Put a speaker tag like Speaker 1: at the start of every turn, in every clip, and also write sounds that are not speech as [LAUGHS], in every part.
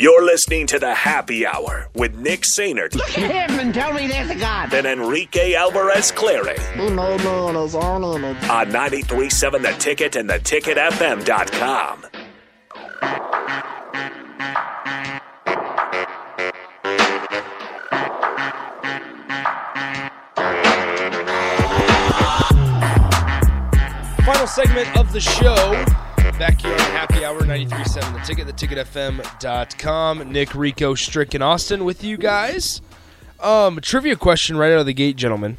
Speaker 1: You're listening to the Happy Hour with Nick Sainert
Speaker 2: Look at him and tell me there's a God.
Speaker 1: and Enrique Alvarez Clary
Speaker 2: He made me in his own image.
Speaker 1: on 937 The Ticket and theticketfm.com.
Speaker 3: Final segment of the show. Back here on Happy Hour 93.7 The Ticket, theticketfm.com. Nick, Rico, Strick, and Austin with you guys. Um, trivia question right out of the gate, gentlemen.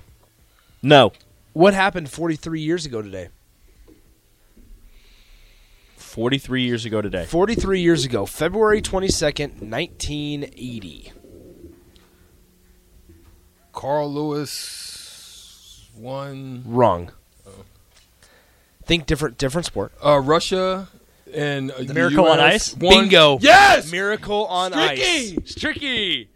Speaker 4: No.
Speaker 3: What happened 43 years ago today?
Speaker 4: 43 years ago today.
Speaker 3: 43 years ago, February 22nd, 1980.
Speaker 5: Carl Lewis won
Speaker 3: Wrong. Think different, different sport.
Speaker 5: uh, Russia and uh, the
Speaker 4: Miracle
Speaker 5: US
Speaker 4: on Ice?
Speaker 5: won-
Speaker 3: Bingo.
Speaker 5: Yes.
Speaker 3: Miracle on
Speaker 5: Stricky!
Speaker 3: ice. Stricky.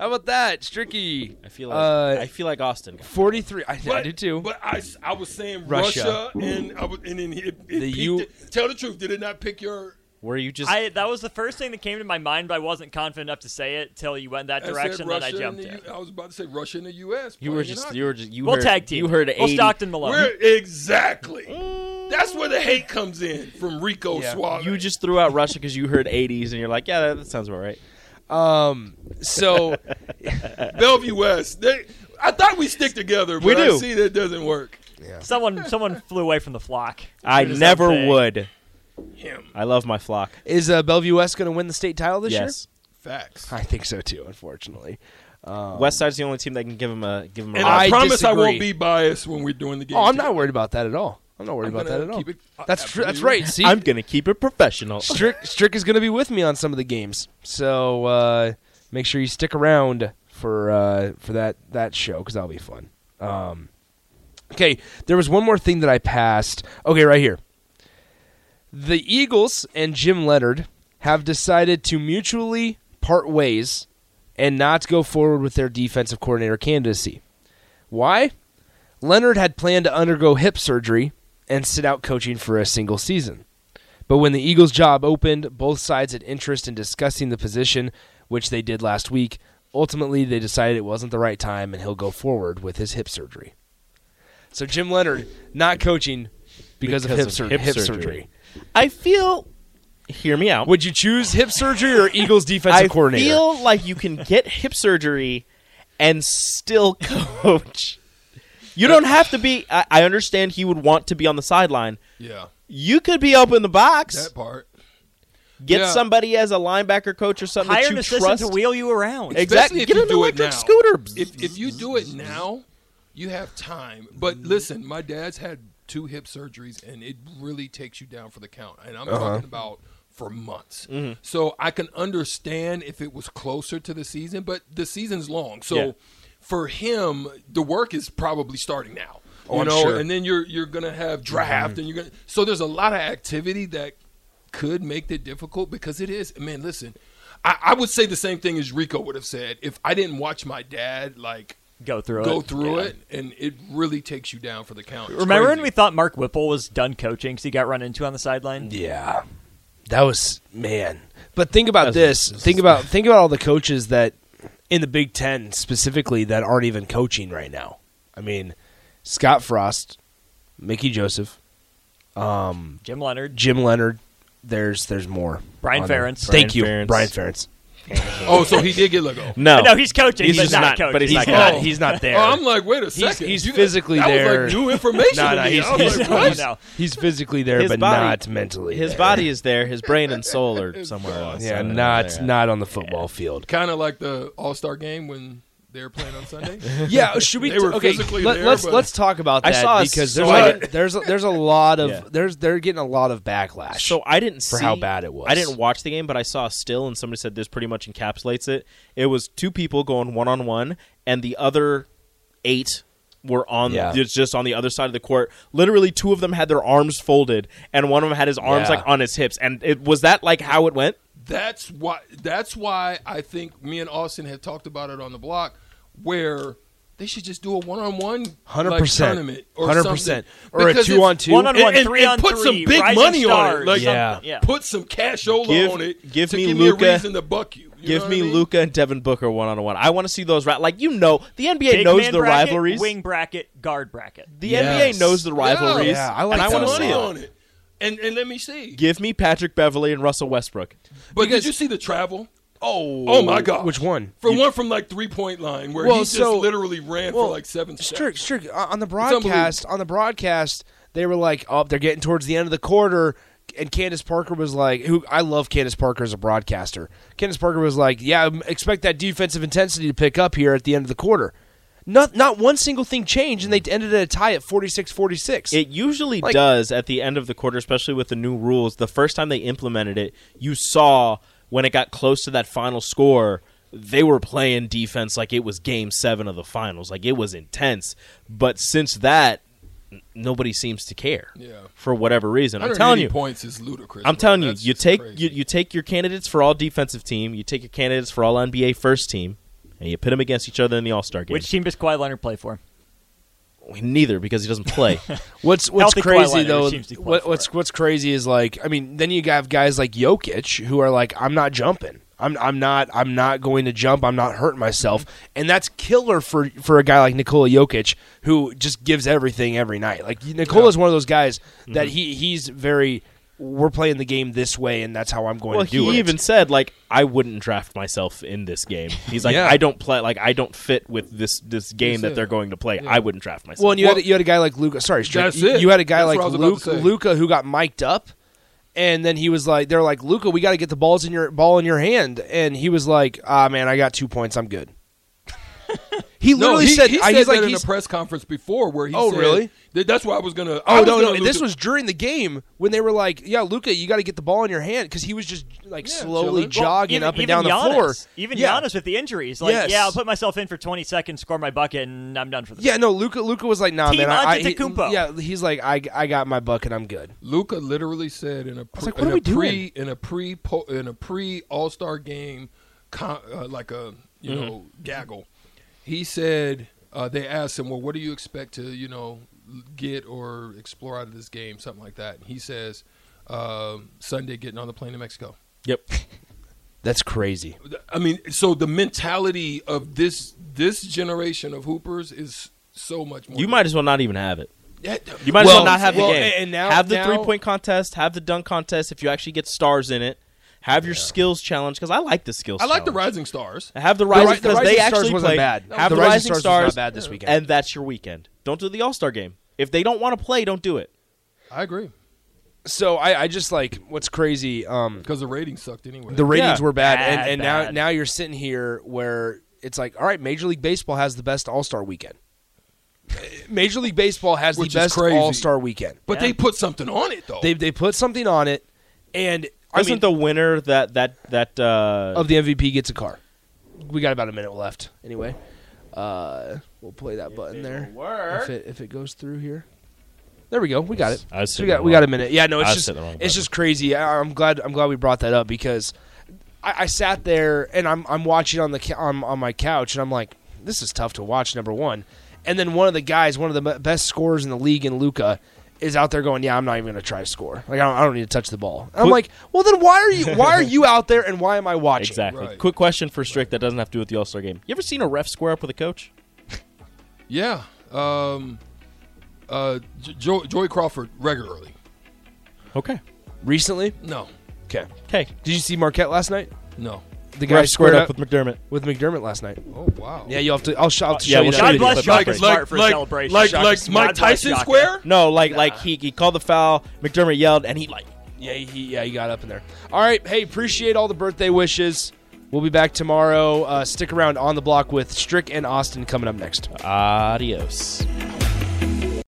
Speaker 3: How about that, Stricky?
Speaker 4: I feel like
Speaker 3: Uh,
Speaker 4: I feel like Austin. got-
Speaker 3: 43. I, I
Speaker 5: But-
Speaker 3: did too.
Speaker 5: But I, s- I was saying
Speaker 3: Russia.
Speaker 5: Russia, and I was, and then it, it
Speaker 3: The
Speaker 5: picked
Speaker 3: U-
Speaker 5: it. Tell the truth, did it not pick your?
Speaker 3: Were you just
Speaker 6: I that was the first thing that came to my mind, but I wasn't confident enough to say it till you went that
Speaker 5: I said
Speaker 6: direction. Then
Speaker 5: Russia
Speaker 6: I
Speaker 5: and
Speaker 6: jumped
Speaker 5: the
Speaker 6: it.
Speaker 5: U- I was about to say Russia and the U.S.
Speaker 4: you were
Speaker 5: playing in
Speaker 4: just
Speaker 5: hockey.
Speaker 4: you were just you
Speaker 6: We'll
Speaker 4: heard
Speaker 6: tag team.
Speaker 4: you heard
Speaker 6: We'll
Speaker 4: 80
Speaker 6: Stockton Malone.
Speaker 5: Where exactly? That's where the hate comes in from Rico
Speaker 3: Yeah.
Speaker 5: Suave.
Speaker 4: You just threw out Russia cuz you heard 80s and you're like, yeah, that, that sounds about right.
Speaker 3: um so
Speaker 5: Bellevue West. They, I thought we stick together, but
Speaker 4: We
Speaker 5: I
Speaker 4: do.
Speaker 5: see that doesn't work.
Speaker 6: Someone someone flew away from the flock.
Speaker 4: I
Speaker 6: Sure as
Speaker 4: never
Speaker 6: hell thing.
Speaker 4: would.
Speaker 5: Him.
Speaker 4: I love my flock.
Speaker 3: Is uh, Bellevue West going to win the state title this
Speaker 4: yes.
Speaker 5: Facts.
Speaker 3: year? I think so too. Unfortunately,
Speaker 4: West Side's the only team that can give him a give him a
Speaker 5: And
Speaker 4: ride.
Speaker 5: I,
Speaker 3: I
Speaker 5: promise I won't
Speaker 3: disagree.
Speaker 5: be biased when we're doing the game.
Speaker 3: oh, I'm
Speaker 5: too.
Speaker 3: not worried about that at all. I'm not worried
Speaker 5: I'm
Speaker 3: about that
Speaker 5: gonna
Speaker 3: at all.
Speaker 5: keep it- uh,
Speaker 3: that's tr- that's
Speaker 5: absolutely.
Speaker 3: right. See,
Speaker 4: I'm going to keep it professional.
Speaker 3: Strick Strick is going to be with me on some of the games, so uh, make sure you stick around for uh, for that that show because that'll be fun. Um, okay, there was one more thing that I passed. Okay, right here. The Eagles and Jim Leonard have decided to mutually part ways and not go forward with their defensive coordinator candidacy. Why? Leonard had planned to undergo hip surgery and sit out coaching for a single season. But when the Eagles' job opened, both sides had interest in discussing the position, which they did last week. Ultimately, they decided it wasn't the right time and he'll go forward with his hip surgery. So Jim Leonard not coaching because, of, hip,
Speaker 4: Because
Speaker 3: sur-
Speaker 4: of hip
Speaker 3: hip
Speaker 4: surgery.
Speaker 3: surgery.
Speaker 4: I feel hear me out.
Speaker 3: Would you choose hip surgery or Eagles defensive
Speaker 4: [LAUGHS] I
Speaker 3: coordinator?
Speaker 4: feel like you can get hip surgery and still [LAUGHS] coach. You don't have to be. I, I understand he would want to be on the sideline.
Speaker 5: Yeah,
Speaker 4: You could be up in the box.
Speaker 5: that part.
Speaker 4: Get
Speaker 5: yeah.
Speaker 4: somebody as a linebacker coach or something
Speaker 6: Hire
Speaker 4: that
Speaker 6: an
Speaker 4: you
Speaker 6: assistant
Speaker 4: trust.
Speaker 6: to wheel you around.
Speaker 4: exactly.
Speaker 5: Especially if
Speaker 4: Get
Speaker 5: you
Speaker 4: an
Speaker 5: do it
Speaker 4: electric
Speaker 5: now.
Speaker 4: scooter.
Speaker 5: If if you do it now, you have time. But listen, my dad's had two hip surgeries, and it really takes you down for the count. And I'm talking about for months.
Speaker 3: Mm-hmm.
Speaker 5: So I can understand if it was closer to the season, but the season's long. So
Speaker 4: Yeah.
Speaker 5: for him, the work is probably starting now. you
Speaker 3: I'm
Speaker 5: know,
Speaker 3: sure.
Speaker 5: and then you're you're gonna have draft,
Speaker 3: Mm-hmm.
Speaker 5: and you're gonna. So there's a lot of activity that could make it difficult because it is. Man, listen, I, I would say the same thing as Rico would have said if I didn't watch my dad like
Speaker 6: Go through it.
Speaker 5: go through
Speaker 6: Yeah.
Speaker 5: it, and it really takes you down for the count. It's
Speaker 6: Remember when we
Speaker 5: crazy.
Speaker 6: thought Mark Whipple was done coaching because he got run into on the sideline?
Speaker 3: Yeah, that was man. But think about
Speaker 4: That's-
Speaker 3: this. Think about think about all the coaches that in the Big Ten specifically that aren't even coaching right now. I mean, Scott Frost, Mickey Joseph, um,
Speaker 6: Jim Leonard.
Speaker 3: Jim Leonard. There's there's more.
Speaker 6: Brian
Speaker 3: on there.
Speaker 6: Ferentz.
Speaker 3: Thank you,
Speaker 4: Brian Ferentz.
Speaker 3: Brian Ferentz.
Speaker 5: [LAUGHS] Oh, so he did get let go.
Speaker 4: No,
Speaker 6: No, he's coaching.
Speaker 4: He's
Speaker 6: but
Speaker 4: just
Speaker 6: not,
Speaker 4: not-
Speaker 6: coaching.
Speaker 4: but he's
Speaker 3: He's
Speaker 4: Like,
Speaker 3: not.
Speaker 4: oh.
Speaker 3: He's not there.
Speaker 5: Oh, I'm like, wait a second.
Speaker 3: he's
Speaker 5: You got-
Speaker 3: physically
Speaker 5: that
Speaker 3: there.
Speaker 5: Was like new information.
Speaker 3: No,
Speaker 5: to
Speaker 3: no,
Speaker 5: me.
Speaker 3: he's-
Speaker 5: I was
Speaker 3: he's-
Speaker 5: like,
Speaker 6: Oh,
Speaker 5: what?
Speaker 6: no.
Speaker 3: He's physically there,
Speaker 4: His
Speaker 3: but
Speaker 4: body-
Speaker 3: not mentally.
Speaker 4: his
Speaker 3: there.
Speaker 4: body is there. His brain and soul [LAUGHS] are somewhere else. I
Speaker 3: Yeah,
Speaker 4: don't know where
Speaker 3: not
Speaker 4: they're at.
Speaker 3: not on the football field.
Speaker 5: Kind of like the All Star game when they were playing on Sunday.
Speaker 3: Yeah, should [LAUGHS] we?
Speaker 5: They were
Speaker 3: okay,
Speaker 5: physically
Speaker 3: let,
Speaker 5: there,
Speaker 3: us
Speaker 5: but-
Speaker 3: let's talk about
Speaker 4: I
Speaker 3: that
Speaker 4: saw a
Speaker 3: because
Speaker 4: so
Speaker 3: there's
Speaker 4: I
Speaker 5: [LAUGHS]
Speaker 3: like, there's a, there's a lot [LAUGHS] of
Speaker 4: Yeah.
Speaker 3: there's they're getting a lot of backlash.
Speaker 4: So I didn't
Speaker 3: For
Speaker 4: see
Speaker 3: how bad it was.
Speaker 4: I didn't watch the game, but I saw a still, and somebody said this pretty much encapsulates it. It was two people going one on one, and the other eight were on
Speaker 3: Yeah.
Speaker 4: it's just on the other side of the court. Literally, two of them had their arms folded, and one of them had his arms
Speaker 3: Yeah.
Speaker 4: like on his hips. And it was that like how it went.
Speaker 5: that's why that's why I think me and Austin had talked about it on the block where They should just do a one-on-one
Speaker 3: Hundred
Speaker 5: like,
Speaker 3: percent,
Speaker 5: tournament or
Speaker 3: hundred
Speaker 5: something.
Speaker 3: percent, or a
Speaker 5: Because
Speaker 3: two on
Speaker 5: it's-
Speaker 3: two.
Speaker 6: One on
Speaker 5: and-
Speaker 6: one,
Speaker 5: and-
Speaker 6: three
Speaker 5: and
Speaker 6: on
Speaker 5: put
Speaker 6: three.
Speaker 5: some big
Speaker 6: Rising
Speaker 5: money on it,
Speaker 6: stars,
Speaker 5: like-
Speaker 6: something. yeah.
Speaker 5: Put some cashola
Speaker 4: Give-
Speaker 5: on it.
Speaker 4: give
Speaker 5: to
Speaker 4: me
Speaker 5: give me
Speaker 4: Luca-
Speaker 5: a reason to buck you. you know
Speaker 4: Give
Speaker 5: what
Speaker 4: me
Speaker 5: I mean?
Speaker 4: Luca and Devin Booker one on one. I want to see those. Ra- like you know, the NBA
Speaker 6: Big
Speaker 4: knows
Speaker 6: man
Speaker 4: the
Speaker 6: bracket,
Speaker 4: rivalries.
Speaker 6: wing bracket, guard bracket.
Speaker 4: The
Speaker 3: Yes.
Speaker 4: NBA knows the rivalries.
Speaker 3: Yeah, I like
Speaker 4: and I
Speaker 3: that
Speaker 4: want
Speaker 3: a
Speaker 4: to
Speaker 3: lot.
Speaker 4: see it.
Speaker 5: on it. And and let me see.
Speaker 4: Give me Patrick Beverly and Russell Westbrook.
Speaker 5: But did you see the travel? Oh, oh my God!
Speaker 3: Which one?
Speaker 5: For one from like three point line, where
Speaker 3: Well,
Speaker 5: he just
Speaker 3: so-
Speaker 5: literally ran
Speaker 3: well,
Speaker 5: for like seven steps.
Speaker 3: Strick, Strick, uh, on the
Speaker 5: unbelievable.
Speaker 3: broadcast, on the broadcast, they were like, "Oh, they're getting towards the end of the quarter," and Candace Parker was like, "Who I love Candace Parker as a broadcaster." Candace Parker was like, "Yeah, um, expect that defensive intensity to pick up here at the end of the quarter." Not not one single thing changed, and they ended at a tie at 46-46.
Speaker 4: It usually
Speaker 3: Like-
Speaker 4: does at the end of the quarter, especially with the new rules. The first time they implemented it, you saw when it got close to that final score, they were playing defense like it was game seven of the finals. Like it was intense. But since that, n- nobody seems to care
Speaker 5: Yeah.
Speaker 4: for whatever reason. I'm
Speaker 5: 180
Speaker 4: telling you.
Speaker 5: points is ludicrous.
Speaker 4: I'm
Speaker 5: bro.
Speaker 4: telling you,
Speaker 5: That's
Speaker 4: you
Speaker 5: just
Speaker 4: take
Speaker 5: crazy.
Speaker 4: you, you take your candidates for all defensive team, you take your candidates for all NBA first team, and you pit them against each other in the All Star game.
Speaker 6: Which team does Kawhi Leonard play for?
Speaker 4: neither because he doesn't
Speaker 3: [LAUGHS]
Speaker 4: play.
Speaker 3: What's what's
Speaker 6: Healthy Kawhi
Speaker 3: crazy
Speaker 6: Leonard
Speaker 3: though?
Speaker 6: seems to qualify
Speaker 3: What, what's
Speaker 6: for
Speaker 3: what's crazy is like I mean, then you have guys like Jokic who are like, I'm not jumping. I'm I'm not I'm not going to jump. I'm not hurting myself,
Speaker 6: Mm-hmm.
Speaker 3: and that's killer for for a guy like Nikola Jokic who just gives everything every night. Like Nikola's one of those guys that
Speaker 6: Mm-hmm.
Speaker 3: he he's very. We're playing the game this way, and that's how I'm going
Speaker 4: well,
Speaker 3: to do
Speaker 4: he
Speaker 3: it.
Speaker 4: even said like I wouldn't draft myself in this game. He's like
Speaker 3: Yeah.
Speaker 4: I don't play like I don't fit with this this game that they're going to play. I wouldn't draft myself.
Speaker 3: Well, and you had you had a guy like Luca. Sorry, Strick,
Speaker 5: That's
Speaker 3: you,
Speaker 5: it.
Speaker 3: you had a guy
Speaker 5: That's what I
Speaker 3: like
Speaker 5: was about to
Speaker 3: Luke,
Speaker 5: say.
Speaker 3: Luca who got mic'd up, and then he was like, "They're like Luca, we got to get the balls in your ball in your hand," and he was like, "Ah, man, I got two points, I'm
Speaker 5: [LAUGHS]
Speaker 3: good." He
Speaker 5: No,
Speaker 3: literally
Speaker 5: he,
Speaker 3: said,
Speaker 5: he
Speaker 3: I-
Speaker 5: said
Speaker 3: "He's
Speaker 5: that
Speaker 3: like,
Speaker 5: in
Speaker 3: he's,
Speaker 5: a press conference before where he
Speaker 3: Oh,
Speaker 5: said,
Speaker 3: really?
Speaker 5: that- That's why I was gonna.
Speaker 3: oh
Speaker 5: I was
Speaker 3: no,
Speaker 5: gonna
Speaker 3: no, this
Speaker 5: Luka-
Speaker 3: was during the game when they were like, yeah, Luca, you got to get the ball in your hand because he was just like
Speaker 5: Yeah,
Speaker 3: slowly
Speaker 5: chilling.
Speaker 6: Well,
Speaker 3: jogging
Speaker 6: even-
Speaker 3: up and
Speaker 6: even
Speaker 3: down the
Speaker 6: Giannis.
Speaker 3: floor.
Speaker 6: Even
Speaker 3: yeah.
Speaker 6: Giannis with the injuries, like
Speaker 3: Yes.
Speaker 6: yeah, I'll put myself in for 20 seconds, score my bucket, and I'm done for the.
Speaker 3: Yeah, no, Luca. Luca was like, "Nah,
Speaker 6: Team
Speaker 3: man, I, I he-
Speaker 6: Antetokounmpo.
Speaker 3: yeah." He's like, "I, I got my bucket, I'm good."
Speaker 5: Luca literally said in a pre,
Speaker 3: like, what
Speaker 5: in,
Speaker 3: are
Speaker 5: a
Speaker 3: we doing?
Speaker 5: pre in a pre po- in a pre All Star game, con, uh, like a you
Speaker 3: Mm-hmm.
Speaker 5: know gaggle. He said uh, they asked him, "Well, what do you expect to you know get or explore out of this game?" Something like that. And he says, um, "Sunday, getting on the plane to Mexico."
Speaker 4: yep.
Speaker 3: [LAUGHS] That's crazy.
Speaker 5: I mean, so the mentality of this this generation of hoopers is so much more.
Speaker 4: You might as well not even have it.
Speaker 5: Yeah,
Speaker 4: You might as
Speaker 3: Well,
Speaker 4: well not have
Speaker 3: well,
Speaker 4: the game.
Speaker 3: and now-
Speaker 4: have the
Speaker 3: now-
Speaker 4: three point contest. Have the dunk contest. If you actually get stars in it, have your skills challenge because I like the skills.
Speaker 5: I like the
Speaker 4: challenge.
Speaker 5: Rising Stars.
Speaker 4: Have the
Speaker 3: The
Speaker 4: rising
Speaker 3: Ri- the
Speaker 4: because
Speaker 3: Rising
Speaker 4: they
Speaker 3: Stars
Speaker 4: actually
Speaker 3: wasn't
Speaker 4: played.
Speaker 3: bad.
Speaker 4: Have
Speaker 3: The
Speaker 4: the,
Speaker 3: Rising
Speaker 4: rising
Speaker 3: Stars was
Speaker 4: stars,
Speaker 3: not bad this weekend.
Speaker 4: and that's your weekend. Don't do the All Star game if they don't want to play. Don't do it.
Speaker 5: I agree
Speaker 3: So I, I just like what's crazy. Um,
Speaker 5: because the ratings sucked anyway.
Speaker 3: the ratings
Speaker 4: Yeah.
Speaker 3: were bad, and,
Speaker 6: Bad,
Speaker 3: and now
Speaker 6: bad.
Speaker 3: now you're sitting here where it's like, all right, Major League Baseball has the best All Star weekend. Eh, Major League Baseball has
Speaker 5: Which
Speaker 3: the
Speaker 5: is
Speaker 3: best
Speaker 5: crazy.
Speaker 3: All Star weekend.
Speaker 5: but they put something on it though.
Speaker 3: They they put something on it, and I
Speaker 4: Doesn't
Speaker 3: mean,
Speaker 4: the winner that that that uh,
Speaker 3: of the MVP gets a car. We got about a minute left. Anyway, uh, we'll play that button there if it if it goes through here. There we go. We got it.
Speaker 4: I was
Speaker 3: we
Speaker 4: sitting
Speaker 3: got we
Speaker 4: wrong.
Speaker 3: got a minute. Yeah, no, it's
Speaker 4: I was
Speaker 3: just
Speaker 4: sitting wrong
Speaker 3: it's
Speaker 4: button.
Speaker 3: just crazy. I, I'm glad I'm glad we brought that up because I, I sat there and I'm I'm watching on the cou- on on my couch and I'm like, this is tough to watch. Number one, and then one of the guys, one of the be- best scorers in the league, in Luca. Is out there going? Yeah, I'm not even going to try to score. Like I don't, I don't need to touch the ball. And I'm
Speaker 4: Put-
Speaker 3: like, well, then why are you? Why are you out there? And why am I watching?
Speaker 4: exactly?
Speaker 5: Right.
Speaker 4: Quick question for Strick that doesn't have to do with the All Star game. You ever seen a ref square up with a coach?
Speaker 5: Yeah. Um, uh, J- jo- Joey Crawford regularly.
Speaker 4: Okay.
Speaker 3: Recently,
Speaker 5: No,
Speaker 3: okay.
Speaker 4: Okay.
Speaker 3: Did you see Marquette last night?
Speaker 5: no.
Speaker 3: The guy
Speaker 4: Ref
Speaker 3: squared up
Speaker 4: with McDermott.
Speaker 3: with, McDermott last night.
Speaker 5: Oh wow.
Speaker 3: Yeah, you will have to. I'll, sh- I'll show
Speaker 4: yeah,
Speaker 3: you
Speaker 4: we'll
Speaker 3: that.
Speaker 4: show you
Speaker 6: God
Speaker 4: the clip
Speaker 6: bless Shaka
Speaker 4: after.
Speaker 6: Smart for a celebration.
Speaker 5: like
Speaker 6: Shaka
Speaker 5: like
Speaker 6: Smart.
Speaker 5: Mike
Speaker 6: God bless
Speaker 5: Tyson
Speaker 6: Shaka.
Speaker 5: Square.
Speaker 4: No, like like he, he called the foul. McDermott yelled, and he like
Speaker 3: Yeah, he, yeah, he got up in there. All right, hey, appreciate all the birthday wishes. We'll be back tomorrow. Uh, stick around on the block with Strick and Austin coming up next.
Speaker 4: adios.